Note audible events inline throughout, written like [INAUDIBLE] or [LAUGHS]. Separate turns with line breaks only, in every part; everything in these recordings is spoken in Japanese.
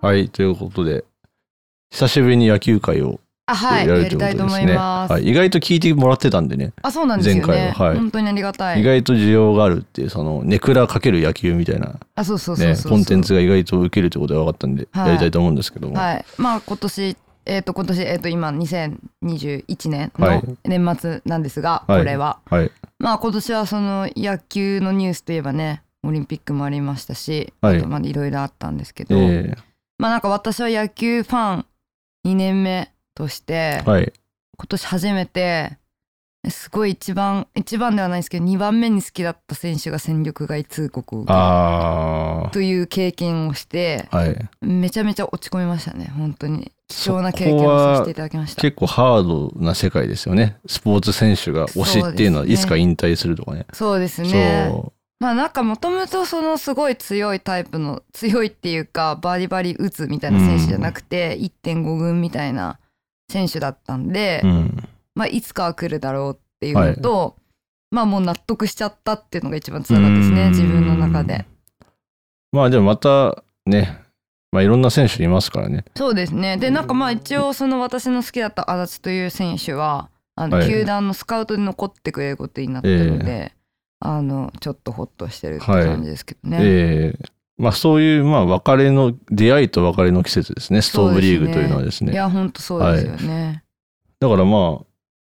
はい、ということで、久しぶりに野球会を
あはい
やるとい
やり
うこ
たいと
とです
思
ね
います、
はい、意外と聞いてもらってたんでね、
あそうなんですよ
前
ね、
回ははい
本当にありがた
意
い
外と需要があるっていう、その、ネクラかける野球みたいな、
あそうそうそう
ね、
そう
コンテンツが意外と受けるってことが分かったんで、
はい
やりたいと思うんですけども。
はいまあ今年えっ、と今年えっ、と今2021年
はい
の年末なんですが、
はい
これは
はい。
まあ今年はその野球のニュースといえばねオリンピックもありましたし、
はい
あとまあいろいろあったんですけ
え
ど、まあなんか私は野球ファン2年目として、
ーはい。
今年初めてすごい一番一番ではないですけど2番目に好きだった選手が戦力外通告を受けた
あ
という経験をして
あ。はい。
めちゃめちゃ落ち込みましたね本当に貴重な経験をさせていただきました
結構ハードな世界ですよね。スポーツ選手が推しっていうのは、
そうですね
いつか引退するとかね。
そうで
そ
す
う,、
ねまあなんかもともとそのすごい強いタイプの強いっていうかバリバリ打つみたいな選手じゃなくて、1.5軍みたいな選手だったんで、
うん。
まあいつかは来るだろうっていうのと、まあもう納得しちゃったっていうのが一番つらかったです
う
ね
ん
自分の中で。
まあでもまたね、まあいろんな選手いますからね。
そうですねでなんかまあ一応その私の好きだった足立という選手はあの
はい
球団のスカウトで残ってくれることになったので、あのちょっとほっとしてるって感じですけどね。
えーまあそういう、まあ別れの、出会いと別れの季節ですね。ストーブリーグというのはですね。
いや本当そうですよね。
だからまあ、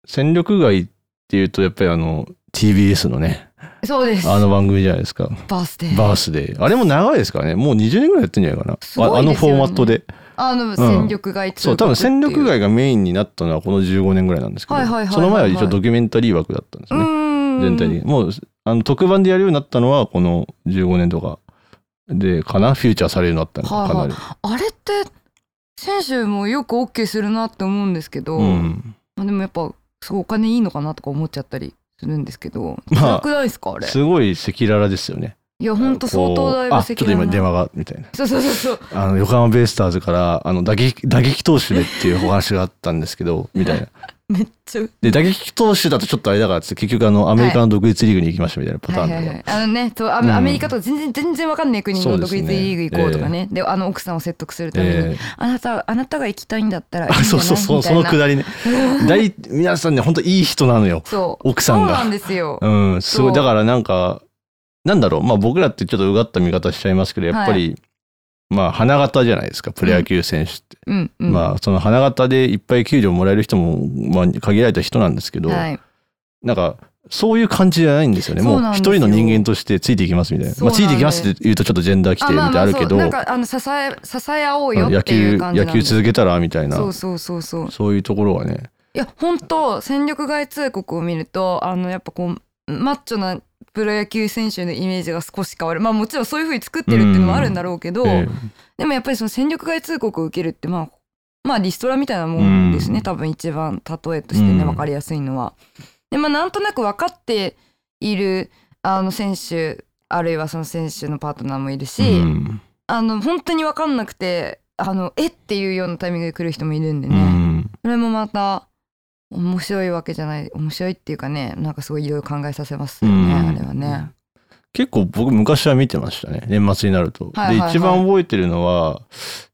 戦力外っていうと、やっぱりあの、TBS のね、
そうです
あの番組じゃない
[LAUGHS]
ですか。
バースデー
バースデー。あれも長いですからね。もう20年ぐらいやってんじゃないかな。
すごいですよね
ああのフォーマットで。
あの戦力外通
そう、
告
多分戦力
っていう
外がメインになったのはこの15年ぐらいなんですけど、
はいはいはいはいはい
その前は一応ドキュメンタリー枠だったんです
う
よね。
ーん
全体に。もう、あの、特番でやるようになったのはこの15年とかで、かなフューチャーされるようになったの、
はい
か
は
ないり。
あれって選手もよく OK するなって思うんですけど、
うん。
まあでもやっぱすごいお金いいのかなとか思っちゃったりするんですけど
まあ
辛くないですかあれ
すごい赤裸々ですよね。
いやほんと相当だいぶ
こうあ、
赤
ちょっ
裸
と今
々
電
な
話が、みたいな。
そうそうそうそう
あの横浜ベイスターズからあの打撃打撃投手でっていうお話があったんですけどみたいな
めっちゃ
で打撃投手だとちょっとあれだからっつって結局あのアメリカの独立リーグに行きましたみたいなパター
は
ン
い
で、
はいはいあのねそうアメ,、
うん
アメリカと全然全然わかんない国
そう
の
です
独
ね
立リーグ行こうとかねであの奥さんを説得するために、
え
あなたあなたが行きたいんだったらいい
ー
んじゃ
[LAUGHS] そ
ない
うそうそう
みた
そ
い
の
な
くだりね大皆さんね本当いい人なのよ
そう
奥さんが
そうなんですよ、
うんすごい
そ
うだからなんかなんだろうまあ僕らってちょっとうがった見方しちゃいますけどやっぱり、まあ花形じゃないですかプロ野球選手って、
うんうん
まあその花形でいっぱい給料もらえる人も、まあ、限られた人なんですけど、
はい、
なんか、そういう感じじゃないんですよね。
そ
も
う
う
なん
一
ですよ
人の人間としてついていきますみたいな。
そう
まあ、つ
なんです
いていきますって言うとちょっとジェンダー規定みたいなのあるけど、
そうなんかあの支え支え合おう
あ
よ
の
っ
野
てい
球、
う感じ
野
なんで
球
すよ
続けたらみたいな、
そ
そうう
そうそうそう
いうところはね。
いや本当戦力外通告を見るとあのやっぱこうマッチョなプロ野球選手のイメージが少し変わるまあもちろんそういうふうに作ってるっていうのもあるんだろうけど、
え
でもやっぱりその戦力外通告を受けるってまあまあリストラみたいなもんですね、
うん
多分一番例えとしてね
うん
分かりやすいのは。でまあなんとなく分かっているあの選手あるいはその選手のパートナーもいるし、
えうん
あの本当に分かんなくてあのえっていうようなタイミングで来る人もいるんで
う
ね。
ん
それもまた面白いわけじゃない面白いっていうかねなんかすごいいろいろ考えさせますよね、
うん
あれはね。
結構僕昔は見てましたね。年末になると。
はいはいはい
で、一番覚えてるのは、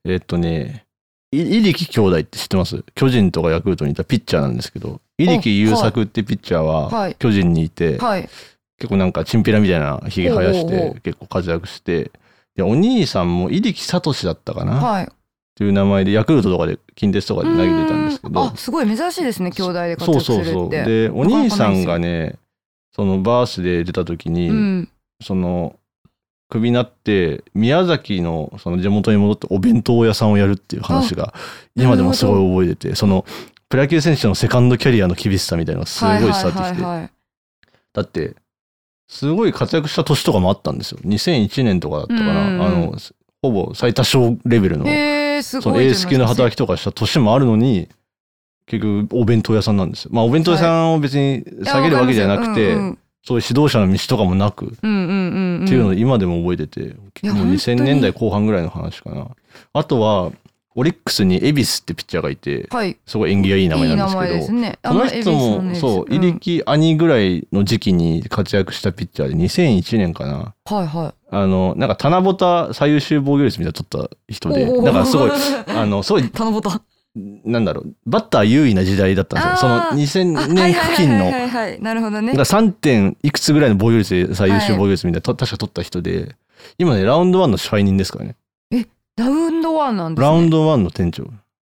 えっとね、い入木兄弟って知ってます巨人とかヤクルトにいたピッチャーなんですけど、入木優作ってピッチャー
は
はい巨人にいて、
はい
結構なんかチンピラみたいなひげ生やし
おうおうお
て
う
結構活躍してでお兄さんも入木聡だったかなっ
はい。
ていう名前でヤクルトとかで近鉄とかで投げてたんですけ
うー
ど
んあすごい珍しいですね兄弟で活
そう
躍す
そ
るっ
うそ
て。
うでお兄さんがねそのバースで出た時に、
うん、
そのクビになって宮崎のその地元に戻ってお弁当屋さんをやるっていう話が今でもすごい覚えててそのプロ野球選手のセカンドキャリアの厳しさみたいなのがすごい伝わってきて、
はいはいはいはい
だってすごい活躍した年とかもあったんですよ2001年とかだったかな、
うんうんうん
あのほぼ最多勝レベルの
へーす
そ
ご
の
い
エー
じゃないです
ス
か
級の働きとかした年もあるのに結局お弁当屋さんなんですよまあお弁当屋さんを別に下げるわけじゃなくて、
いやわかり
そういう指導者の道とかもなくっ
ますようんうんうんうんうん
ていうのを今でも覚えてて、
や
もう
本当
2000
に
年代後半ぐらいの話かなあとはこオリックスに恵比寿ってピッチャーがいて
はい。
すごい縁起がいい名
い
前
い
な
名
ん
前
で
ですす
けど
ね。
この人もそう入
り
力兄ぐらいの時期に活躍したピッチャーで2001年かな
はいは
あのなんか七夕最優秀防御率みたいなの取った人で
おー
だからす
[LAUGHS]
ごいあのすごい
い。七夕。
なんだろうバッター優位な時代だったんですよ
あー
その
あ
2000年付近
は
の
いはいはいはいはい。なるほど
だ
ね。
から3点いくつぐらいの防御率で最優秀防御率みたいな、と確か取った人で今ねラウンド1の支配人ですからね
ラウンドワンなんですね。
ラウンド1の店長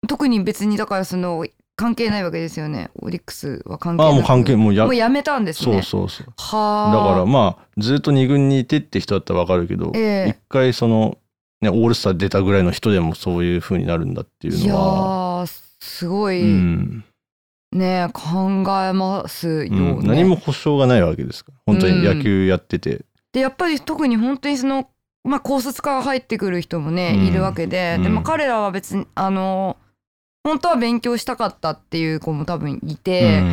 特に別にだからその関係ないわけですよね。オリックスは関係
あ
な
あ
く
もう関係もうや
もうやめたんです
そう
ね。
そうそうだ
はあ。
からまあずっと2軍にいてって人だったら分かるけど一、
ええ
回その、ね、オールスター出たぐらいの人でもそういう風になるんだっていう
いや
のは
ーすご
う
い、
ん
ね考えますよ
う
ね。
ん、何も保証がないわけですから本当に野球やってて、
でやっぱり特に本当にその、まあ、高卒から入ってくる人もね、
うん
いるわけで,、
うん
でまあ、彼らは別にあの本当は勉強したかったっていう子も多分いて、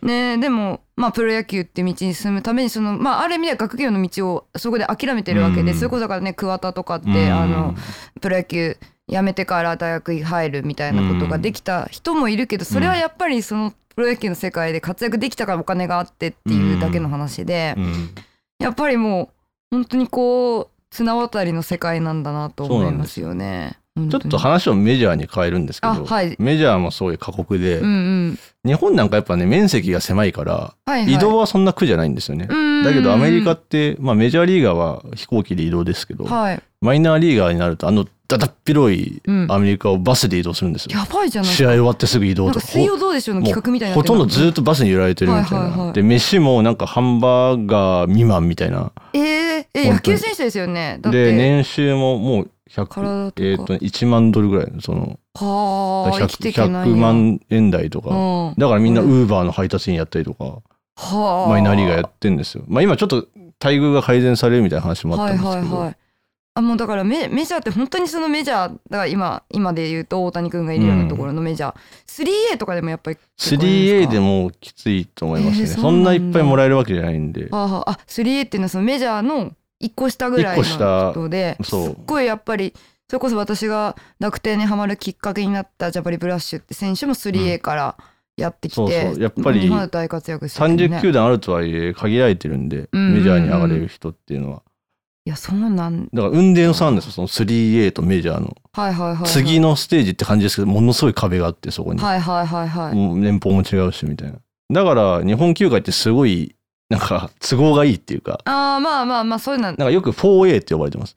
ね、でも、まあ、プロ野球って道に進むためにその、まあ、ある意味では学業の道をそこで諦めてるわけで、
うん
それこそだからね桑田とかって、
うん
あのプロ野球辞めてから大学に入るみたいなことができた人もいるけど、それはやっぱりそのプロ野球の世界で活躍できたからお金があってっていうだけの話で。
うん
やっぱりもう本当にこう綱渡りの世界なんだなと思いますよね。
ちょっと
本
話をメジャーに変えるんですけ
当
ど、
にあはい。
メジャーもそういう過酷で、
うんうん。
日本なんかやっぱね面積が狭いから
はい、はい。
移動はそんな苦じゃないんですよね、
うんうんうん
だけどアメリカって、まあ、メジャーリーガーは飛行機で移動ですけど、
はい。
マイナーリーガーになるとあのだだっ広い
うん
アメリカをバスで移動するんですよ、
やばいじゃないです
試
か。
合終わってすぐ移動
なん
と
か
か
水曜どうでしょうの
もう
企画みたいにな
ほとんどずっ
と。
とバスに揺られてるみたいな、
はいはいはい
で飯もなんかハンバーガー未満みたいな
えー、え野球選手ですよね。だって
で年収ももう100
体とか。
えっと1万ドルぐらいその
はあ生きていけない。
100万円台と
う
か、
ん。は
だからみんなウ
うん
ーバーの配達員やったりとか、
あ。
マイナーリーガーやってんですよ。まあ今ちょっと待遇が改善されるみたいな話もあ
は
った
い
んで
は
す
い
けど、
はい。あもうだからメメジャーって本当にそのメジャーだから今今で言うと大谷君がいるようなところのメジャー、3A とかでもやっぱり
3A でもきついと思いますね、
えーそうなんだ
そんないっぱいもらえるわけじゃないんで、
はあはあ、あ 3A っていうのはそのメジャーの1個下ぐらいの
一個下
人で
そう
すっごいやっぱりそれこそ私が楽天にはまるきっかけになったジャパリ・ブラッシュって選手も 3A からやってきて、
そうそうやっぱり
日本で大活躍してるね
30球団あるとはいえ限られてるんで、
うんうんうん
メジャーに上がれる人っていうのは。
いやそうなん
だから運命の差なんですよその 3A とメジャーの
はいはいはい、はい、
次のステージって感じですけどものすごい壁があってそこに、
はいはいはいはい
もう年俸も違うしみたいなだから日本球界ってすごいなんか [LAUGHS] 都合がいいっていうか
ああまあまあまあそういうのは
なんかよく 4A って呼ばれてます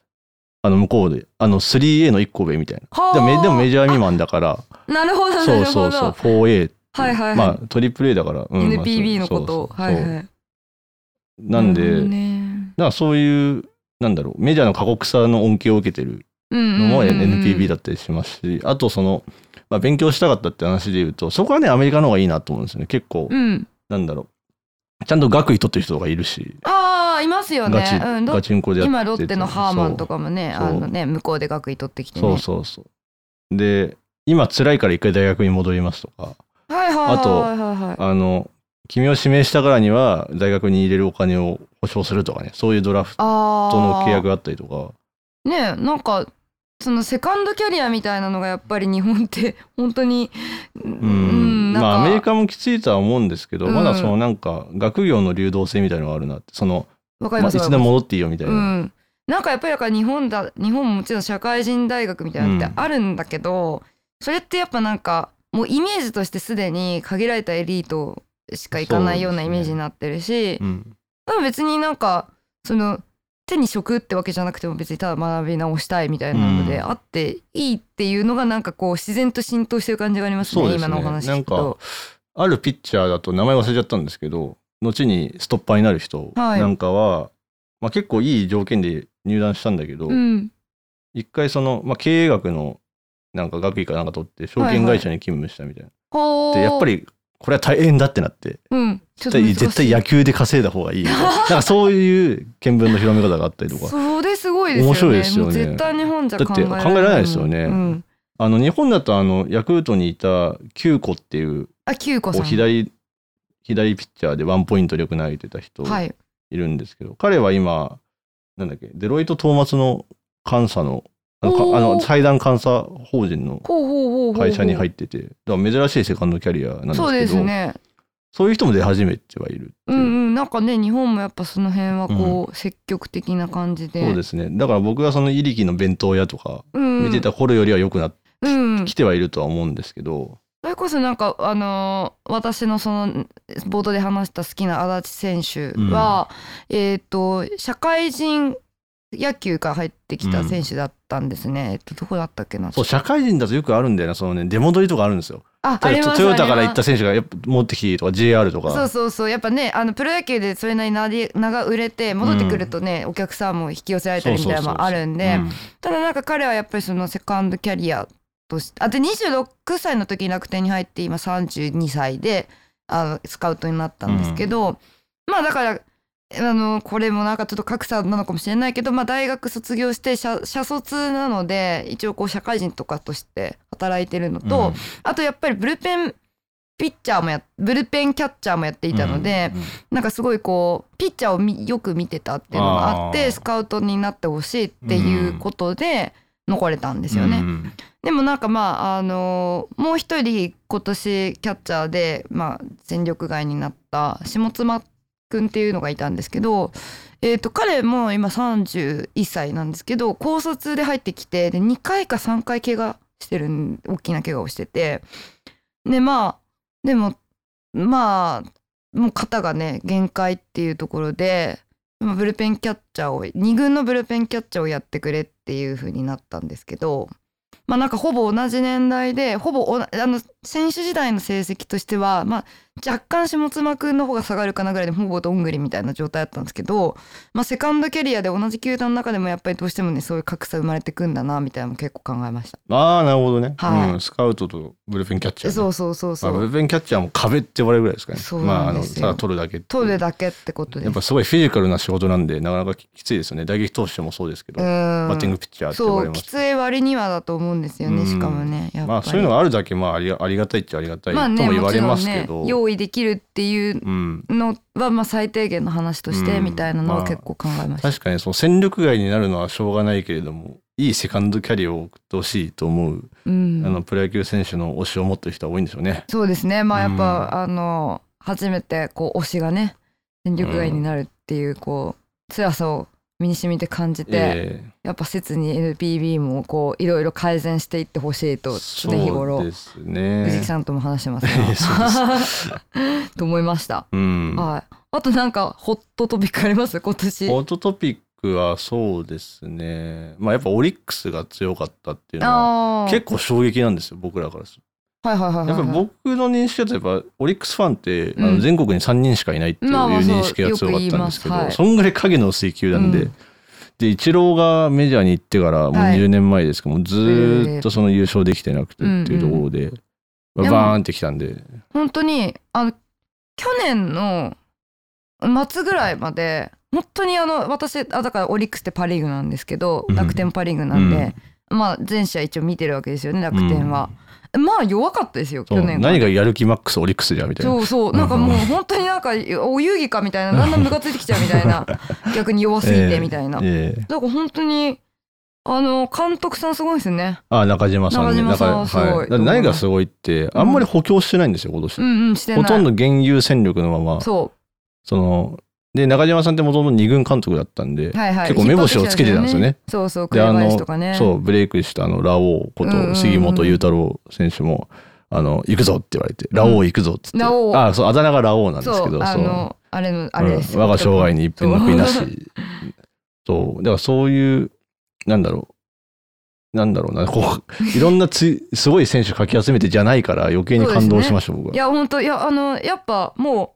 あの向こうであの 3A の1個上みたいな
あ
でもめでもメジャー未満だから
なるほど [LAUGHS] な
そう
るほど
そうそう 4A って
はいはいはい、
まあトリプル A だから、うんまあ
NPB の
そう
ことを
そう
はい
そう
はい
なんで、
るほど
だか
ね
らそういうなんだろうメジャーの過酷さの恩恵を受けてる
うんうん
のも
うん
NPB だったりしますし、あとその、まあ、勉強したかったって話で言うとそこはねアメリカの方がいいなと思うんですよね結構、
うん
なんだろうちゃんと学位取ってる人がいるし、
ああいますよね
ガチ、
うん、どっ
ガチンコでやってて
今ロッテのハーマンとかもね
そう
あのね向こうで学位取ってきてね
そうそうそうそうで今辛いから一回大学に戻りますとか
はいはいはいはいはい
あの君を指名したからには大学に入れるお金を保証するとかねそういうドラフト
あ
の
あ
契約があったりとか
ねなんかそのセカンドキャリアみたいなのがやっぱり日本って本当にう
うん
な
ま
んか
あアメリカもきついとは思うんですけど、
うん
まだそのなんか学業の流動性みたいのがあるなってその、
わかり
まあ、
ま
い
す
つでも戻っていいよみたいな、
うん、なんかやっぱりだから日本だ日本ももちろん社会人大学みたいなのってあるんだけど、それってやっぱなんかもうイメージとしてすでに限られたエリートしか行かないようなイメージになってるし、
うん
でも別になんかその手に職ってわけじゃなくても別にただ学び直したいみたいなので、
うん
あっていいっていうのがなんかこう自然と浸透してる感じがありますね
そうです
今
ね
のお話
なん
聞く
か
と。
あるピッチャーだと名前忘れちゃったんですけど後にストッパーになる人なんかは、まあ、結構いい条件で入団したんだけど、
うん、
一回その、まあ、経営学のなんか学位かなんか取って証券会社に勤務したみたいな、
ほ
でやっぱ
り、
りこれは大変だってなって
うん、ちょっと難しい
絶対野球で稼いだ方
[LAUGHS]
がいいみたいななんかそういう見聞の広め方があったりとか
それすごいですよね
面白いですよね
もう絶対日本じゃ考え
だって考えられないですよね
うん、
あの日本だとあのヤクルトにいたキューコっていう
あキュウコ
こう
さ
ん左左ピッチャーでワンポイント力投げてた人
はい
いるんですけど、彼は今なんだっけデロイト・トーマツの監査のあの
おー
かあの裁断監査法人の
ほうほうほうほう
会社に入
っ
っててだから珍しいセカンドキャリアなんですけど
そうですね
そういう人も出始めてはいるって
う
い
ん
う
うんなんかね日本もやっぱその辺はこう、積極的な感じで
そうですねだから僕がそのイリキの弁当屋とか
うん
見てた頃よりは良くなって
うん
きてはいるとは思うんですけど、
それこそなんかあのー私のその冒頭で話した好きな足立選手は、えっ、と社会人野球から入ってきた選手だったんですね、えっとどこだったっけな
そう社会人だとよくあるんだよなそのね出戻りとかあるんですよ
あ
例えばトヨタから行った
あ
選手がやっぱ持ってきてとか JR と
りますそう
か
そうそうやっぱねあのプロ野球でそれなりに名で名が売れて戻ってくるとね、お客さんも引き寄せられたりみたいなのもあるんで
うん
ただなんか彼はやっぱりそのセカンドキャリアとしてあで26歳の時に楽天に入って今32歳であのスカウトになったんですけど、まあだからあのこれもなんかちょっと格差なのかもしれないけど、まあ、大学卒業して社社卒なので一応こう社会人とかとして働いてるのと、
うん
あとやっぱりブルペンピッチャーもやブルペンキャッチャーもやっていたので、
うんうん
なんかすごいこうピッチャーをみよく見てたっていうのがあっ
あ
て
ー
スカウトになってほしいっていうことで残れたんですよね。
うん
でもなんかまああのーもう一人今年キャッチャーで、まあ、戦力外になった下妻くんっていうのがいたんですけど、えー、と彼も今31歳なんですけど高卒で入ってきてで2回か3回怪我してるん大きな怪我をしててでまあでもまあもう肩がね限界っていうところでまあブルペンキャッチャーを2軍のブルペンキャッチャーをやってくれっていう風になったんですけど。まあなんかほぼ同じ年代でほぼおなあの選手時代の成績としては、まあ、若干下妻君の方が下がるかなぐらいでほぼどんぐりみたいな状態だったんですけど、まあ、セカンドキャリアで同じ球団の中でもやっぱりどうしてもねそういう格差生まれてくんだなみたいなのも結構考えました。
ああなるほどね、
はい
うん、スカウトとブルペンキャッチャーね、
そうそうそうそ
まあブ
う
ルペンキャッチャーも壁って言われるぐらいですかね
そう
まあ
な
あ
ん
の
ですよ
さあ取るだけっていう
取るだけってことで
やっ
す。
ぱすごいフィジカルな仕事なんでなかなかききついですよね打撃投手もそうですけど、バ
バ
ッティングピッチャーって言
そ
われ
う
ま
き
す
つい割にはだと思うんですよね
うん
しかもねやっぱり、
まあそういうのがあるだけまあありありがたいっちゃありがたいと
まあね
も言われま
も
す
ちろん
けど、
ね、用意できるっていう
うん、
のはまあ最低限の話として
うん
みたいなのは結構考えました。
確かにその戦力外になるのはしょうがないけれどもいいセカンドキャリアを送ってほしいと思う、
うん、
あのプロ野球選手の推しを持ってる人は多いんでしょうね。
そうですねまあやっぱ、
う
あの初めてこう推しがね戦力外になるっていうこう辛さを身に染みて感じて、
ええ
やっぱ切に NPB もこういろいろ改善していってほしいと常日
そう
頃
ですね。
藤木さんとも話してます
ええそう
が [LAUGHS] と思いました、
うん、
はいあとなんかホットトピックあります今年
ホットトピックはそうですね。まあやっぱオリックスが強かったっていうのは
あー
結構衝撃なんですよ僕らからすると
はいはいはいはい
やっぱり僕の認識だとやっぱオリックスファンって、
うん
あの全国に3人しかいないっていう
まあまあそう
認識が強かったんですけど、
よく言いますはい
そんぐらい影の水球なんで、
うん
でイチローがメジャーに行ってからもう
はい
20年前ですけど、もうずーっとその優勝できてなくてっていうところで、
うん
まあバーンってきたんで
本当にあの去年の末ぐらいまで本当にあの私あだからオリックスってパ・リーグなんですけど
うん
楽天パ・リーグなんで、まあ全試合一応見てるわけですよね楽天は、まあ弱かったですよ
そう
去年は
何がやる気マックスオリックスじゃんみたいな
そうそうなんかもう本当になんかお遊戯かみたいなだんだんムカついてきちゃうみた
[LAUGHS]
いな逆に弱すぎてみたいな、
ええ
だから本当にあの監督さんすごいですね
あ中島さんね
中島さんは
中はい
すごい
だって何がすごいってあんまり補強してないんですよ今年、
うんうんしてない
ほとんど現有戦力のまま
そ
そので中島さんってもともと二軍監督だったんで
う、はいはい
結構目星をつけてたんですよね。
そうそう
で
紅
あ
林
の
とかね
そうブレイクしたあのラオウこ
うんうんうん
と杉本裕太郎選手も「あの行くぞ」って言われて「ラオウ行くぞ」っつって、
ラオウ
あそうあだ名がラオウなんですけど
そうあ
そう
のあれのあれです、
うん我が生涯に一片の悔いなし
そう
そうだからそういうなんだろうなんだろうなこういろんなつすごい選手かき集めてじゃないから余計に感動しました、僕
い
は。
や本当いやあのやっぱもう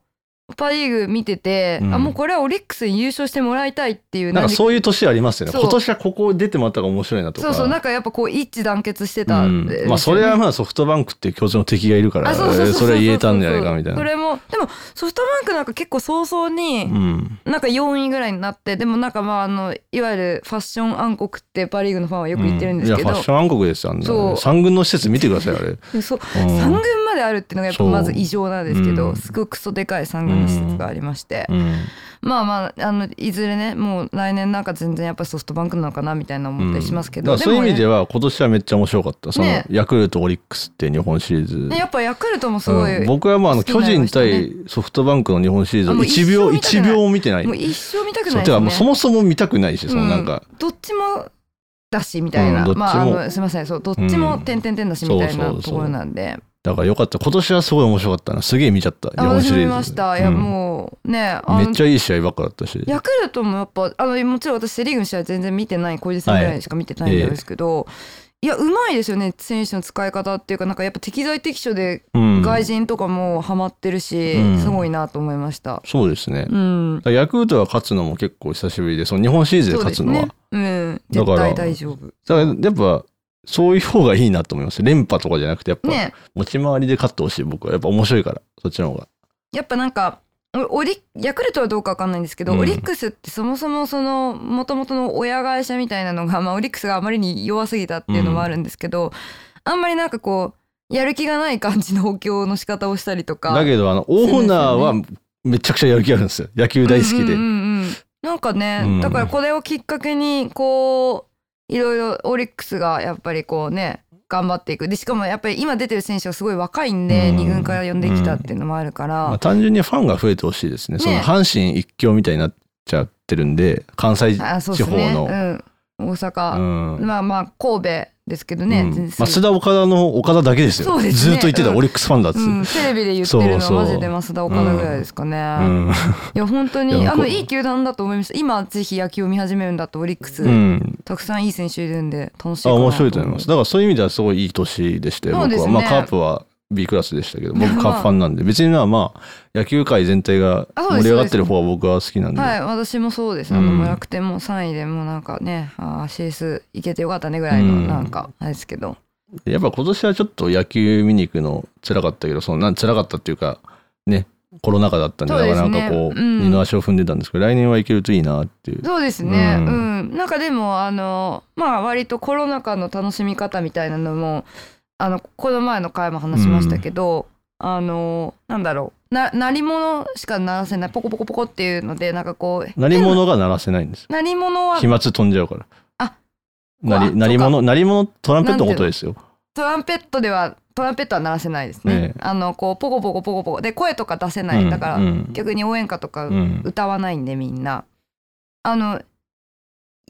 パ・リーグ見てて、
うん
あもうこれはオリックスに優勝してもらいたいっていう
なんかそういう年ありますよね
そう
今年はここ出てもらった方が面白いなとか
そうそうなんかやっぱこう一致団結してた、
うんまあそれはまあソフトバンクっていう共通の敵がいるから
あそうそうそうそう
それは言えたんじゃないかみたい
そ
な。
れもでももソフトバンクなんか結構早々に、
うん
なんか4位ぐらいになってでもなんかまああのいわゆるファッション暗黒ってパ・リーグのファンはよく言ってるんですけ
い
ど、
やファッション暗黒ですよあんな
そう
三軍の施設見てくださいあれ、
でそう
うん
3軍まであるっていうのがやっぱまず異常なんですけ
そうう
ど、
ん
すごくクソでかい3軍の施設がありまして、
うん
まあまああのいずれねもう来年なんか全然やっぱソフトバンクなのかなみたいな思ったりしますけど、
うんだからそういう意味で
も
は今年はめっちゃ面白かったその、
ね
ヤクルトオリックスって日本シリーズ、
ね、ねやっぱヤクルトもすごい、
うん僕はまああの
好きに
巨
なりま
人
したね
対ソフトバンクの日本シリーズ
あもう
1秒
一生
1
見たくない
秒も見てない
もう一生見たく
そ
な
う
い
て
です
かも
ね
うそもそも見たくないしそのなんか、
うんどっちもだしみたいな、
うんどっちも
まああのすみませんそうどっち
う
も
ん
点々点だしみたい
そう
な
そうそ
と
う
ころなんで、
だからよかった今年はすごい面白かったなすげえ見ちゃった日
あ
本
私
シ
も
リーズ
見ましたいや
うん
もうねあ
め
の
っちゃいい試合ばっかだったし
ヤクルトもやっぱあのもちろん私セ・リーグの試合全然見てない小出さんぐらいしか見てないんですけど、いやうまいですよね選手の使い方っていうかなんかやっぱ適材適所で
うん
外人とかもハマってるし、
うん
すごいなと思いました。
そうですね、だか
うん、
らヤクルトは勝つのも結構久しぶりでその日本シリーズで
そう
勝つ
です
のは、
ね。うん、
だ
絶
から
対大丈夫。
だからやっぱそういう方がいいなと思います連覇とかじゃなくてやっぱ、
ね
持ち回りで勝ってほしい僕はやっぱ面白いからそっちの方が
やっぱなんかおオリヤクルトはどうかわかんないんですけど、
うん
オリックスってそもそもその元々の親会社みたいなのが、まあ、オリックスがあまりに弱すぎたっていうのもあるんですけど、あんまりなんかこうやる気がない感じの補強の仕方をしたりとか
だけどあのオーナーはめちゃくちゃやる気あるんですよ野球大好きで、
うんうんうんうんなんかね、
うん
だからこれをきっかけにこういろいろオリックスがやっぱりこうね頑張っていくでしかもやっぱり今出てる選手はすごい若いんで、
うん
二軍から呼んできたっていうのもあるから、
まあ、単純にファンが増えてほしいですね
ね
その阪神一強みたいになっちゃってるんで関西
あそう
地
です
方
ね、
の、
うん、大
う
阪、
ん
まあまあ神戸ですけどね、
うん
全然
まあ、須田岡田の岡田だけですよ
そうです
ず
ね
っと言ってた、
うん
オリックスファンだっつ、
う
うん
ん、テレビで言ってるの
そうそ
は
う
マジで増田岡田ぐらいですかね、いや本当
い
に
や
あ
向こう
のいい球団だと思いました今ぜひ野球を見始めるんだとオリックス、
うん
たくさんいい選手いるんで楽しいか
あ
な
面白いと思います
思
だからそういう意味ではすごいいい年でして、
そう
僕
です
は、
ね
まあ、カープは B クラスでしたけど
[LAUGHS] いや
僕カープファンなんで別にまあまあ野球界全体が
あそ
盛
うです
り上がってる方は僕は好きなん
う
で
はい私もそうですあの、
うん
もう楽天も3位でもうなんかねあー CS いけてよかったねぐらいの
うん
なんかあれですけど、
やっぱ今年はちょっと野球見に行くの辛かったけどそのなん辛かったっていうかねコロナ禍だったんで
そう
だ
です
か
ね
らなんかこう、
うん
二の足を踏んでたんですけど来年は行けるといいなっていう。
そうですね、う
うんん
なんかでもあのまあ割とコロナ禍の楽しみ方みたいなのもあのこの前の回も話しましたけど、あのなんだろうな鳴り物しか鳴らせないポコポコポコっていうのでなんかこう
鳴り物が鳴らせないんです。
鳴り物は
飛沫飛んじゃうから。
あ
鳴
うわ
り鳴り
そ
物鳴り物トランペットのことですよ。
トランペットではトランペットは鳴らせないですね
ねえ
あのこうポコポコポコポコで声とか出せない、
うん
だから、
うん
逆に応援歌とか
うん
歌わないんでみんなあの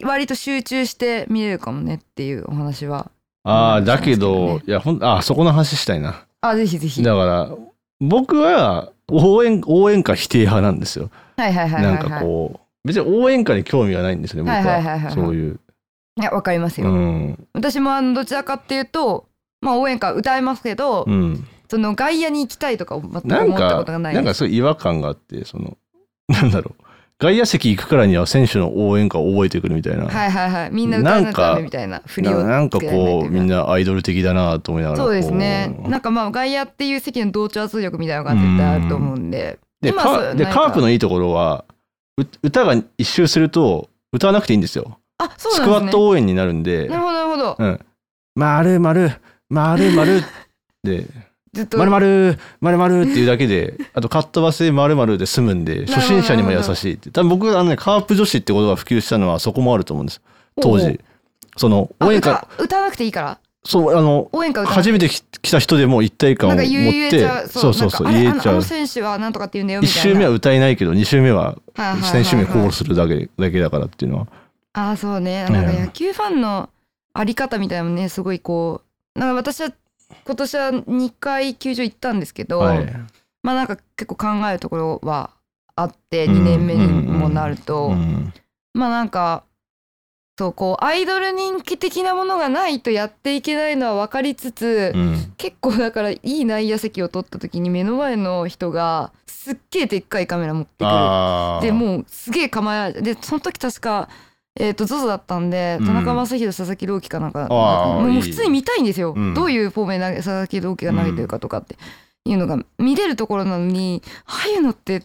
割と集中して見れるかもねっていうお話は
ああだけ
そう
ど
で
いやほんあそこの話したいな。
あぜひぜひ
だから僕は応援応援歌否定派なんですよ。
はいはいはいは、
ないん
は
か
い、
こう別に応援歌に興味がないんですね僕
はいはいはいはいは
はいそういう。
いやわかります
う
よ、
ん
私もあのどちらかっていうとまあ応援歌歌えますけど、
うん。
その外野に行きたいとか全く思っ
なん
たこ
か
とがない
ん
で
か
す
そういう違和感があってそのなんだろう外野席行くからには選手の応援歌を覚えてくるみたいな、
はいはいはいみんな歌わないとダメみたいな振りを
ななんか
つけられない
こと
いう
みんなアイドル的だなと思いながら
そうですね
こう
なんかまあ外野っていう席の同調圧力みたいなのが絶対あると思うんで
で
今
カ
そう
ーで
ないから
カープのいいところはう歌が一周すると歌わなくていいんですよ
あそう
ス
な
クワ
ん
ッ
ですね
ト応援になるんで
なるほどなるほど
うん「まるまるまる
[LAUGHS]
まる」で
ずっ
「
と
まるまるまるまる」っていうだけであと「かっ飛ばせまるまる」で済むんで
ほど
初心者にも優しいって多分僕あの、ね、カープ女子ってことが普及したのはそこもあると思うんです当
ほうほ
時その
あ
応援歌
歌歌わなくていいから
そうあの
応援歌歌わなくて
初めてき来た人でも一体感を
なん
持
か
っ
言う言えちゃ
て
う
そうそうそう
なんかあれ
言えちゃ
あのあの
う
選手はなんとかって言うんだよみ
一
たいな
周目は歌えないけど二周目は
はいはいはいは
選
い
手名コールするだけだけだからっていうのは
ああそうね
え
なんか野球ファンのあり方みたいなのもねすごいこうなんか私は今年は2回球場行ったんですけど、
はい
まあなんか結構考えるところはあって
うん
2年目にもなると、
うん
まあなんかそうこうアイドル人気的なものがないとやっていけないのは分かりつつ、
うん
結構だからいい内野席を取った時に目の前の人がすっげえでっかいカメラ持ってくる
あー
でもうすげえ構えられてでその時確か、えー、と ZOZO だったんで
うん
田中将大佐々木朗希かなんか
あー
もう
いい
普通に見たいんですよ、
うん
どういうフォーメーで佐々木朗希が投げてるかとかって、いうのが見れるところなのにああいうのって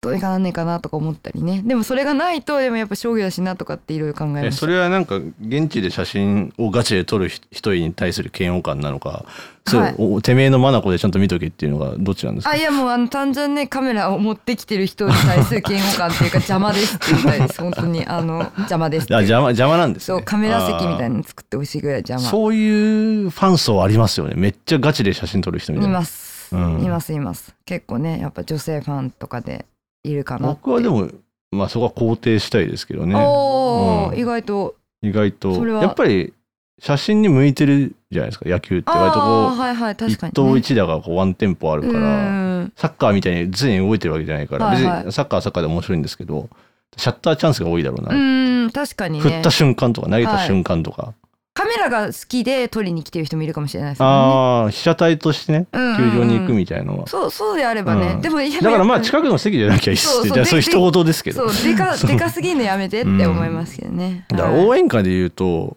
どうにかなんねえかなとか思ったりねでもそれがないとでもやっぱ商業だしなとかっていろいろ考え
え
まし
そ
た
れはなんか現地で写真をガチで撮る人人に対する嫌悪感なのか、そ
は
れ
い
おてめえの眼でちゃんと見とけっていうのがどっちなんですか
あいやもうあの単純にカメラを持ってきてる人に対する嫌悪感っていうか邪魔ですって言いたいです本当にあの邪魔ですって
あ邪魔邪魔なんです
そ
ね
うカメラ席みたい
な
なの作ってほしいぐらい邪魔
そういうファン層ありますよねめっちゃガチで写真撮る人みた
い
いな
ます、
うん
いますいます結構ねやっぱ女性ファンとかでいるかな
僕はでもまあそこは肯定したいですけどね
おお、
うん
意外と
意外と
それは
やっぱり写真に向いてるじゃないですか野球って割と
ああー
こ
はいはいう確か
一
に、ね、
投一打がこうワンテンポあるか
う
ら。
ん
サッカーみたいに常に動いてるわけじゃないから、
はいはい
別にサッカーはサッカーで面白いんですけどシャッターチャンスが多いだろう
う
な、
ん確かに
振っ
ね
た瞬間とか投げた瞬間とか、
カメラが好きで撮りに来てる人もいるかもしれないですも
ああ被写体としてね
んね
球場に行く
うんうんうん
みたいのは、
そうそうであればね、
うん
でもいや
だからまあ
やっぱ
近くの席じゃなきゃいいっす
そう
ね
そう
じゃあそれ
で
一言ですけど
そうでか
[LAUGHS] そう
でかすぎんのやめてって思いますけどね、
だから
はい
応援歌で言うと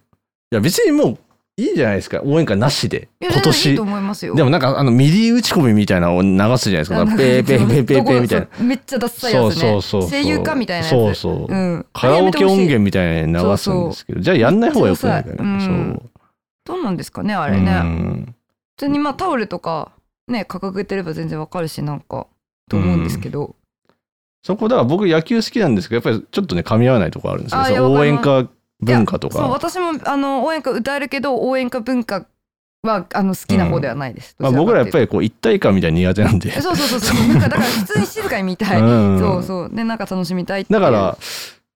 いや別にもういいじゃないですか応援歌なしで
いや
今
全然い
年
いと思いますよ
でもなんかあのミディ打ち込みみたいなのを流すじゃないですかペーペーペーペーペーみたいな
なめっちゃダッサい
そ
や
う
つね
そうそうそう
声優かみたいなやつ
そうそう、
うん、
カラオケ音
あれやめてほしい
源みたいに流すんですけどじゃあやんない方がよくないか
そうそ
ね。
ううん
そう
どうなんですかねあれね、
う
普
ん
通にまあタオルとかね掲げてれば全然わかるしなんかと思うんですけど、
そこだから僕野球好きなんですけどやっぱりちょっとね噛み合わないとこあるんですよ
あ
そ
いや
の
わ
応
かり
援
ます
歌文化と
そう
か。
私もあの応援歌歌えるけど応援歌文化はあの好きな方ではないです、
まあ、僕らやっぱ
り
りこう一体感みたいに苦手なん
[LAUGHS]
で。
そうそうそうそう
[LAUGHS]
なんかだから普通に静かに見たい、
うん
そうそうでなんか楽しみたいってい
だ
う
から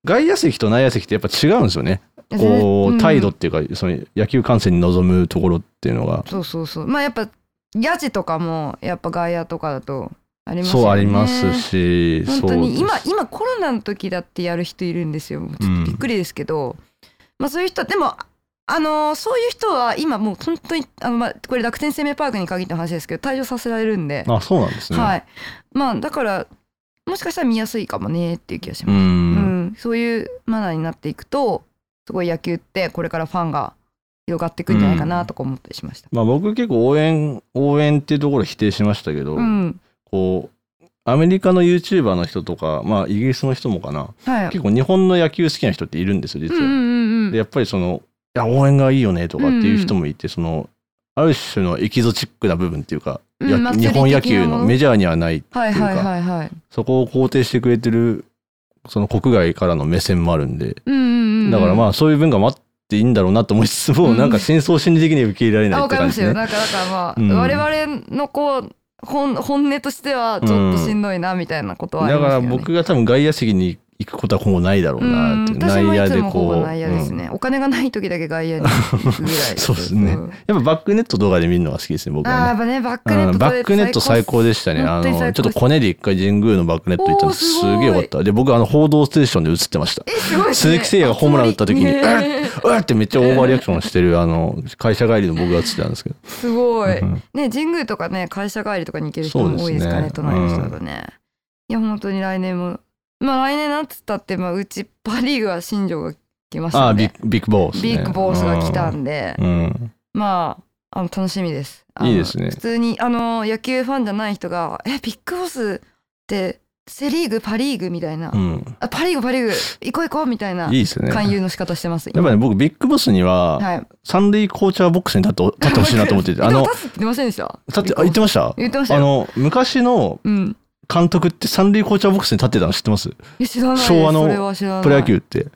外野席と内野席ってやっぱ違うんですよね。
全然
こ
う
うん態度っていうかその野球観戦に臨むところっていうのが。
そうそうそうまあやっぱヤジとかもやっぱ外野とかだとありますよね
そうありますし、
本
そう
当に
で
今
す
今コロナの時だってやる人いるんですよちょっとびっくりですけど、まあそういう人でもああのーそういう人は今もう本当にあの、まあ、これ楽天生命パークに限った話ですけど退場させられるんで、
あそうなんですね。
はいまあだからもしかしたら見やすいかもねっていう気がし
う
ます、うん
ん
そういうマナーになっていくとすごい野球ってこれからファンが広がっていくんじゃないかなとか思ったりしました。
まあ、僕結構応援応援っていうところ否定しましたけど、
うん、
こうアメリカの YouTuber の人とか、まあ、イギリスの人もかな
はい
結構日本の野球好きな人っているんですよ実
うんう
は。
んうん
でやっぱりそのいや応援がいいよねとかっていう人もいて、そのある種のエキゾチックな部分っていうか、
うん
や
祭
日
り的な
本野球
も
の
の
メジャーにはない
はいはいはいはい。
そこを肯定してくれてるその国外からの目線もあるんで
うんうんうんうん、
だからまあそういう文化もあっていいんだろうなと思いつつも、
うん
なんか戦争心理的に受け入れられな
あ
いっ
わ
て
か
感
りま
じ
す
で
よ
すね。
なんかだからまあ、
うん
我々のこう本本音としてはちょっとしんどいなみたいなことはあり
だか
ます
ら
けど、ね
僕が多分外野席に行くことは今後ないだろうなって、
うん
内
私も
野
いつ
で
もほ
こう、
ぼ内野です
うん
ね、お金がない時だけ外野に行くぐらい
[LAUGHS] そうですね
ん
やっぱバックネット動画で見るのが好きですね僕
あーや
は
っ
ね。
ぱねバックネッ
う
ト
んバックネット最高でしたね。あ
本当に
の
最
ちょ
高
っ
です
とコネで一回神宮のバックネット行ったんです
おー
す
すごい
げえよかった。で僕あの報道ステーションで映ってました。
[LAUGHS] えすごいです
鈴
ね
木誠也がホームラン打った時に
あつまりね
うわってめっちゃオーバーリアクションしてるあの会社帰りの僕が映ってたんですけど。
すごい
うん
ね神宮とかね会社帰りとかに行ける人も多いですからね
そうですね
隣の人だとね、いや本当に来年もまあ来年なんつったって、まあ、うちパ・リーグは新庄が来まし
あ
た
あ
ん
ビ
で
ッグビッグボス、ね。
ビッグボスが来た
うん
んで、
うん。
まああの楽しみです。あの
いいですね
普通にあの野球ファンじゃない人が「えビッグボスってセ・リーグパ・リーグ」みたいな「
うん。
あパ・リーグパ・リーグ行こう行こう」みたいない
いですね。
勧誘の仕方してます。
やっぱね僕ビッグボスには、
はい、
三塁コーチャーボックスに立って立ってほしいなと思って
[LAUGHS]
てあ
あの
の
立つって言ってませんでした
立ってあ言ってました
言ってました
あ
よ。
の昔の
うん、
監督って三塁コーチャーボックスに立ってたの知ってます
え知らないです
昭和の
それは知らない
プロ野球って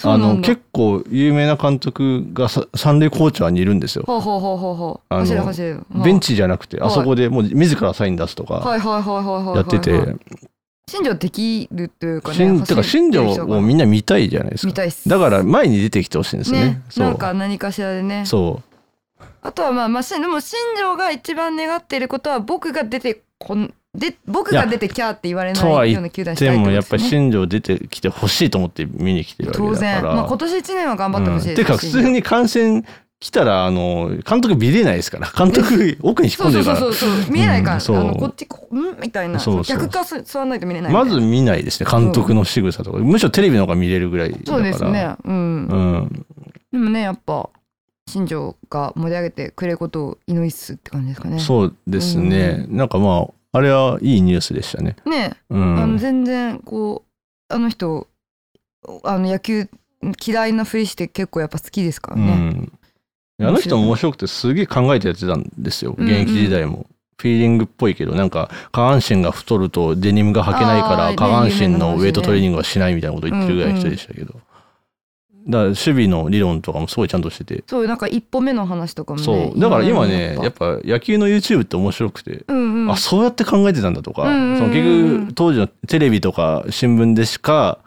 そ
あ
うなん
の
だ
結構有名な監督がさ三塁コーチャーにいるんですよ
ほうほうほうほうほう
あの
走る走る
ベンチじゃなくて
はい
あそこでもう自らサイン出すと
は
か
いはいはいはいはいはいはい
やってて
新庄できるというかね
新てか
走る
新
ってい
庄
う人が
をみんな見たいじゃないです
見
か
たいっす
だから前に出てきてほしいんですよね
ね
そ
なん
う
か何かしらでね
そ
あとはまあまあしでも新庄が一番願っていることは僕が出てこんで僕が出てきゃって言われ
いやとは
ない
言
ような球団
う
したい
で
ってこ
も
と
や
で
っ
す
ぱ
よ
り
ね。
新庄出てきてほしいと思って見に来てるわけだか
当
ら
然、まあ今年一年は頑張ってほしいです。
てか普通に観戦来たらあの監督見れないですから監督奥に引っ
そ
込
うん
で
そ
るか
うそう
ら
そうそう見えないから、
うんそう
あのこっちこんみたいな
そうそう
逆かす座らないと見れないみた
ま
いな
ず見ないですね監督の仕草とかむしろテレビの方が見れるぐらいだから
そうですねうん、
うん
でもねやっぱ新庄が盛り上げてくれることを祈りつつって感じですかね。
そうですね、なんかまああれはいいニュースでしたね。
ね
う
え、あの
ん、
全然こうあの人あの野球嫌いなふりして結構やっぱ好きですから
う
ね。
ん、あの人も面白くてすげえ考えてやってたんですよ
うんうん
現役時代も。フィーリングっぽいけどなんか下半身が太るとデニムが履けないか
あ
ら
ー
下半身
デニムの
の
話ね
ウェイトトレーニングはしないみたいなこと言ってるぐらいの人でしたけど、だから守備の理論とかもすごいちゃんとしてて、
そうなんか一歩目の話とかもね。
そうだから今ね
や
や
っ
っ
ぱ
ぱ野球の YouTube って面白くて、
うんうん。
あそうやって考えてたんだとか、
うんうんうん
その結局当時のテレビとか新聞でしか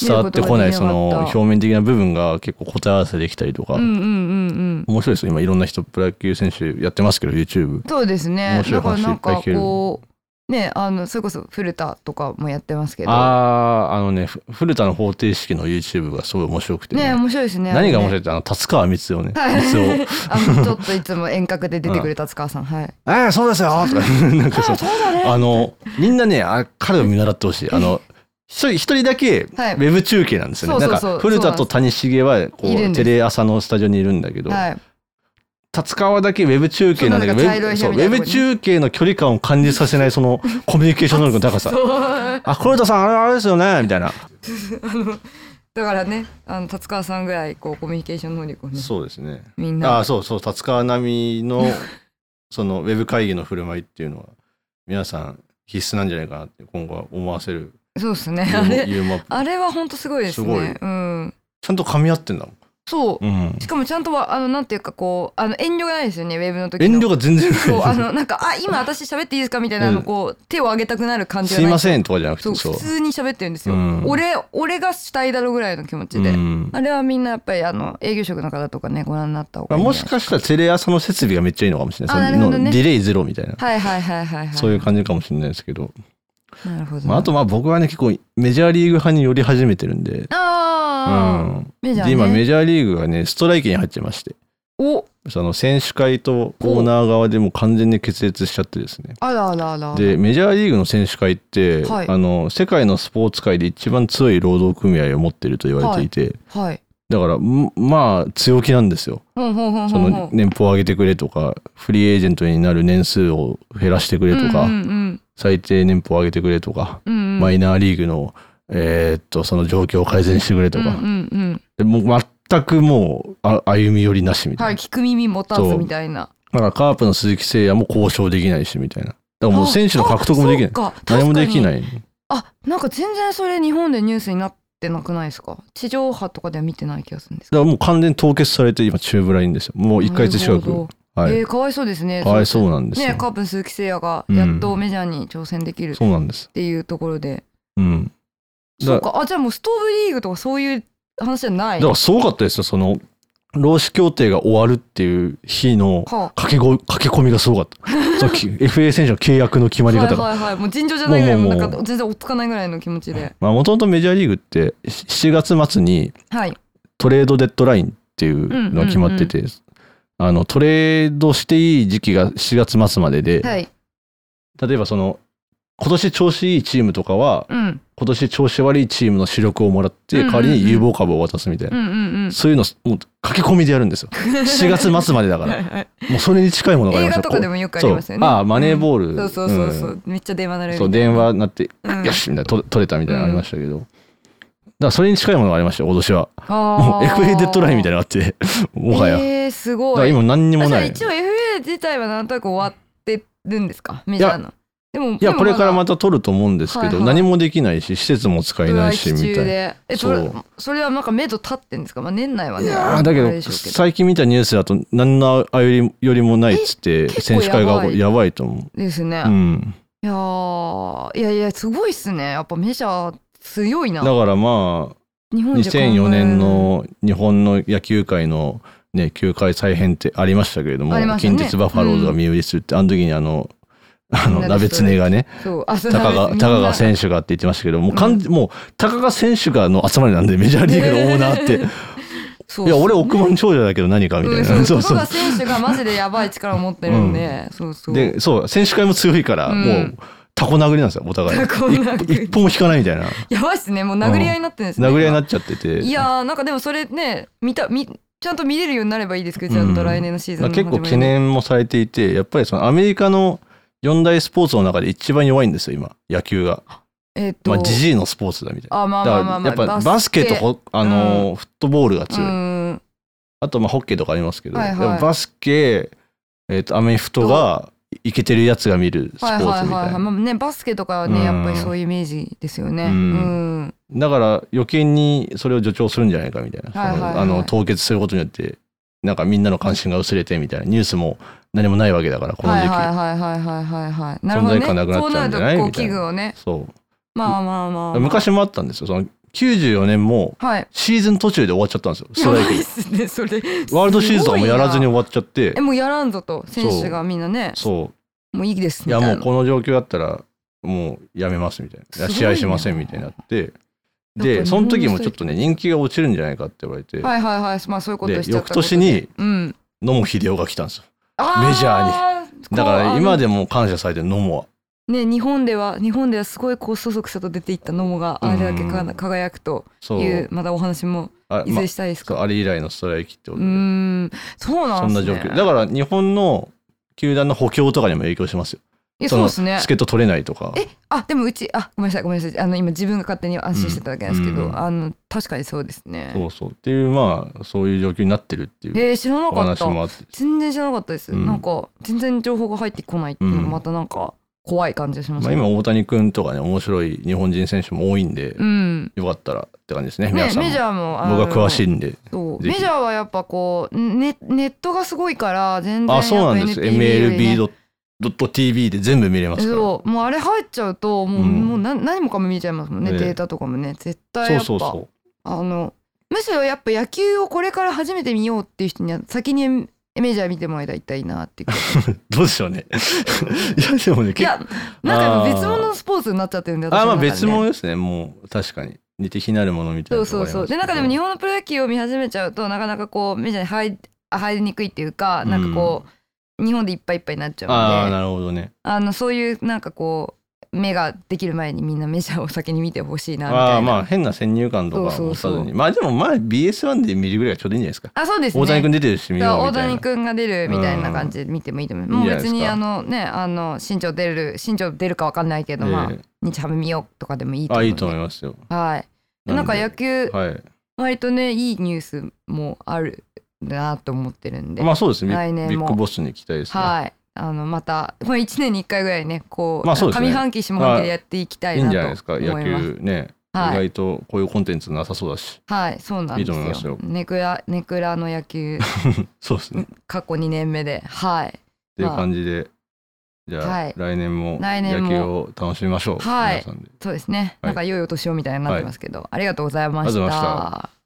伝わってこない
見る
そ
ことができなかった
の表面的な部分が結構答え合わせできたりとか、
うんうんうんうん。
面白いですよ今いろんな人プロ野球選手やってますけど YouTube
そうですね
面。白い
だから
話
なん
いっぱい
か
聞ける
こうねあのそれこそ古田とかもやってますけど。
ああーあのねふ古田の方程式の YouTube がすごい面白くてね、
ね面白いですね。
何が面白い
い。
ってあの達川光代ね
は
[LAUGHS]
い
光代
あのちょっといつも遠隔で出てくれた塚さん、はい。
「えー、そうですよ」とか [LAUGHS] なんかそう
そうだね。
あのみんなねあ彼を見習ってほしいあ
[LAUGHS]
の一人一人だけウ
はい
ェブ中継なんですよね、
そうそう
なん
そう
か古田と谷繁はこ
いるん
う
です
テレ朝のスタジオにいるんだけど、
はい。
達川だけウェブ中継なんだけど
そう
ウ
なんか茶
ェブそ
色い
うウ
部屋
ェ
みたいなとこ
ブ
に
中継の距離感を感じさせないそ
[LAUGHS]
のコミュニケーション能力の高さ
そう
あ黒田さんあれあれですよねみたいな
だからねあの達川さんぐらいこうコミュニケーション能力をね
そうですね
みん
あ
な
あそうそう達川並みの [LAUGHS] そのウェブ会議の振る舞いっていうのは皆さん必須なんじゃないかなって今後は思わせる
そうですね
ユ
[LAUGHS] あ
ーモ
れ
ユーモアップ
あれは本当すごいです
すごい
ねうん
ちゃんと噛み合ってんだもん
そう、
うん
しかもちゃんとはあのなんていうかこうあの遠慮がないですよねウェブの時の
遠慮が全然
そ
な
う
い
あのなんか「あ今私喋っていいですか?」みたいな
う
の
ん
こう手を挙げたくなる感じ
す
が
い
ない
ませんとかじゃなく
そう
てそう
普通に喋ってるんです
う
よ、
ん
俺俺が主体だろうぐらいの気持ちで、
うん
あれはみんなやっぱりあの営業職の方とかねご覧になった方
ま
が
あ
いいん
も
じゃ
し
ない
かしたらテレ朝の設備がめっちゃいいのかもしれない
あ
そ
なるほ
の
どね
ディレイゼロみたいな、
はいはいはいはいはい
そういう感じかもしれないですけど、
なるほどね、
まあ、あとまあ僕はね結構メジャーリーグ派に寄り始めてるんで、う
あー、
ん、
メジャー、
で
ね、
今メジャーリーグがねストライキに入っちゃいまして
お
その選手会とオーナー側でもう完全に決裂しちゃってですね
あらあらあら
でメジャーリーグの選手会って、
はい
あの世界のスポーツ界で一番強い労働組合を持っていると言われていて、
はい
だからんまあ強気なんですよ
ほんほんほん
そ
ほんほ
の
ん
年俸を上げてくれとかフリーエージェントになる年数を減らしてくれとか、
うんうん
最低年俸を上げてくれとか、
うんうん
マイナーリーグの、えーっとその状況を改善してくれとか、
うんうんうん
でもう全くもうあ歩み寄りなしみた
はいい
な、
聞く耳持たずみたいな
だからカープの鈴木誠也も交渉できないしみたいなだからもう
あ
選手の獲得もできない
あそうか
何もでき
い
ない
あなんか全然それ日本でニュースになってなくないですか地上波とかでは見てない気がするんですけ
だからもう完全に凍結されて今中ブラインですよもう
ど
1ヶ月近
なる
く
ほど
はい、
えーかわいそうですね
かわいそううなんですよ、
ねカープの鈴木誠也がやっとメジャーに挑戦できるっ
そうなんです
ていうところで、
うんだ
そうかあじゃあもうストーブリーグとかそういう話じゃない
だからすごかったですよその労使協定が終わるっていう日の
は
駆けご駆け込みがすごかった
[LAUGHS]
そのき FA 選手の契約の決ま
はい
り
はい
方が。
はいもう尋常じゃないぐらい
もう
も
も
う
う
なんか全然追っつかないぐらいの気持ちで
まあもともとメジャーリーグって7月末に
はい
トレードデッドラインっていうのが決まってて、あのトレードしていい時期が7月末までで、
はい
例えばその今年調子いいチームとかは
うん
今年調子悪いチームの主力をもらって
うんうん
代わりに有望株を渡すみたいな、
うんうんうん
そういうのもう駆け込みでやるんですよ
[LAUGHS]
7月末までだか
は
ら
いはい
もうそれに近いものがあり
映
まし
画
た
とかでもよくありますよね
そうああマネーボール、
うんそうそうそうそ
うん
うめっちゃ電話なるみ
そ
たいうな
電話になって、
うん
よしみたいなと取れたみたいなのありましたけど、だからそれに近いものがありましたよ脅しは
あ
もう FA デッドラインみたい
い
なのがあって
[LAUGHS]
もはや、
えーす
だ
ご
から
い
今何にも
あじゃ
な
あ
い
一応 FA 自体はなんとなく終わってるんですかメジャーのでも
いやこれからま
た
た取ると思うんですけど、
はいはい
何もできないし施設も使えないしみたいな。
えそれ
そう
それはなんか目処立ってんですかまあ年内はね
いやーだけ
あれで
ど
しょうけど
最近見たニュースだと何のあよりよりもないっつって
結
選
構
手会
や
が
ばい
やばいと思
ですね
う、うん、
いやーいやいやすごいっすねやっぱメジャー強いな
だからまあ
日本じゃ考えられない
2004年の日本の野球界の、ね、球界再編ってありましたけれども、
ありましたね
近鉄バファローズが身売りするって、あの時にあの。あ
みん
の
なで
鍋つねがね
そうあそう
高
み
が
んな
高が選手がって言ってましたけどもう完、
う
もう高が選手がの集まりなんでメジャーリーグのオーナーって
そう
いや俺億万長者だけど何かみたいな、
うん
そ [LAUGHS]
そうう
そ
そうう高選手がマジでやばい力を持ってるんで、そうそう
でそう選手会も強いから、
うん
もうタコ殴りなんですよお互い
タコ殴り
一一歩も引かないみたいな
やばいっすねもう殴り合いになってるんですね、
殴り合いになっちゃってて
いやーなんかでもそれね見た見ちゃんと見れるようになればいいですけど、ちゃんと来年のシーズンの
結
始まり
構
に
懸念もされていてやっぱりそのアメリカの四大スポーツの中で一番弱いんですよ今野球が。
えっと、
まあジジイのスポーツだみたいな。
あまあまあまあまあ
だからやっぱバスケとほあのーフットボールが強い、
うん
あとまあホッケーとかありますけど、
はいはい
でもバスケ、えー、とアメフトがいけてるやつが見るスポー
はいはい
ツみ
は
た
い
い
はい
な
まあねバスケとかは
う
ね
ん
やっぱりそういうイメージですよねう
うんん、だから余計にそれを助長するんじゃないかみたいな、
はいはいはい
そのあの凍結することによってなんかみんなの関心が薄れてみたいなニュースも何もないわけだからこの
は
時
い
期、
はいはいはいはいはいはいなるほど
存在感なく
ね
な
そ
っ
う
ちゃ
な
うん
る
じ
と
ゃない
こう
みたい
器
な
具をね
そ
まあまあまあまあ
う昔もあったんですよその94年も
はい
シーズン途中で終わっちゃったんですよス
や
ト
ば
ライキ
[LAUGHS] いっすねそれ
ワールドシリーズとかもやらずに
すご
終
い
わっちゃって
なえもうやらんぞと選手がみんなね
そう
もういいです
い
み
や
たいな
もうこの状況だったらもうやめますみたい
す
な
ごいね
試合しませんみたいになって
やっぱ
で
り
その時もちょっとね人気が落ちるんじゃないかって言われて、
はいはいはいまあそういうこと
で
しちゃった
翌
こと
年に
うん
野茂英雄が来たんですよメ
メ
ジャ
ーに
だから今
で
でも感謝されてる野茂は
ね日本では日本ではすごい高そそくさと出ていったノモがあれだけかな
うん
輝くと
そ
いううまだお話も
あ,、
いず
まあ
れしたいです
そう
か
あれ以来のストライキってこと
う
で
ーんそうな
そん
んす
な
ね
状況だから日本の球団の補強とかにも影響しますよ
いやそうですね
助っ人取れないとか
えあでもうちあごめんなさいごめんなさいあの今自分が勝手に安心してただけなんですけど、
うん
あの確かにそうですね
そうそうっていうまあそういう状況になってるっていう
えー、知らな
お
かっ
話
た
もあって
全然知らなかったです、
うん
なんか全然情報が入ってこないっていうのがまたなんか怖い感じがします
ま
ね
あ、今大谷君とかね面白い日本人選手も多いんで、
うんね
よかったらって感じですね皆
メジ
さんも
ャーもあの
僕は詳しいんで
そう
ぜひ
メジャーはやっぱこうネネットがすごいから全然
あそうなんです
MLB
MLB.tv で全部見れますから
そうもうあれ入っちゃうともう,、
うん
もう何何もかも見ちゃいますもんね
ね
データとかもね絶対
そ
や
う
っぱ
そうそ
あのむしろやっぱ野球をこれから初めて見ようっていう人には先にメジャー見てもらいたいなっていう
[LAUGHS]
か
うどうでしょう
[LAUGHS]
ねいやでもね
い
結構
やなんかやっぱ別物のスポーツになっちゃってるんで
あまあ
私の中でね
別物ですねもう確かに似て非なるものみたい
そ
な
うそうそうでなんかでも日
本
本のプロ野球を見始めちゃうとなかなかこうメジャーに入入りにくいっていうかなんかこう、日本でいっぱいいっぱいになっちゃう
ああ
ので
なるほどね
あのそういうなんかこう目ができる前にみんなメジャーを先に見てほしいなみたいな
ああまあ変な先入観とか
そう
持
そ
た
う
ず
そう
にまあでもまあ BS1 で見るぐらいがちょうどいいんじゃないですか
あそうですね
大谷君出てるし見よう
大
みたい
谷
な
君が出るみたいな感じで見てもいいと思います。
うん
もう
いいんじ
別
ゃないで
に
すか
あのねあの身長出る身長出るかわかんないけど、まあ
え
日ハム見ようとかでもいい
え
と思
あ
う。
いいと思いますよ
はい。でなんか野
んで
球
はい
割とねいいニュースもあるなと思ってるんで、
まあそうですねビ
来
ッ
年
ビ
も
ッグボスに期待ですね
はい。あのまたこれ一年に一回ぐらいねこう,、
まあそうですね
上半期下半期でやっていきた
い
い
いん
な
じ
と
ゃない
思い
で
ます
か野
す。
球ね意
はい。
外とこういうコンテンツなさそうだし
はい、そうなん
いい
です
と
よ。
思いますよ
ネクラネクラの野
[LAUGHS]
球
そうですね。っ
過去2年目で、はい。
ていう感じで、じゃあ、
はい
来年も
来年
野
も
球を楽しみましょう。
はい
皆さんで。
そうですね。
はい
なんか良いお年をみたいになってますけど、ありがとうございま
あ
し
りがとうございま
た。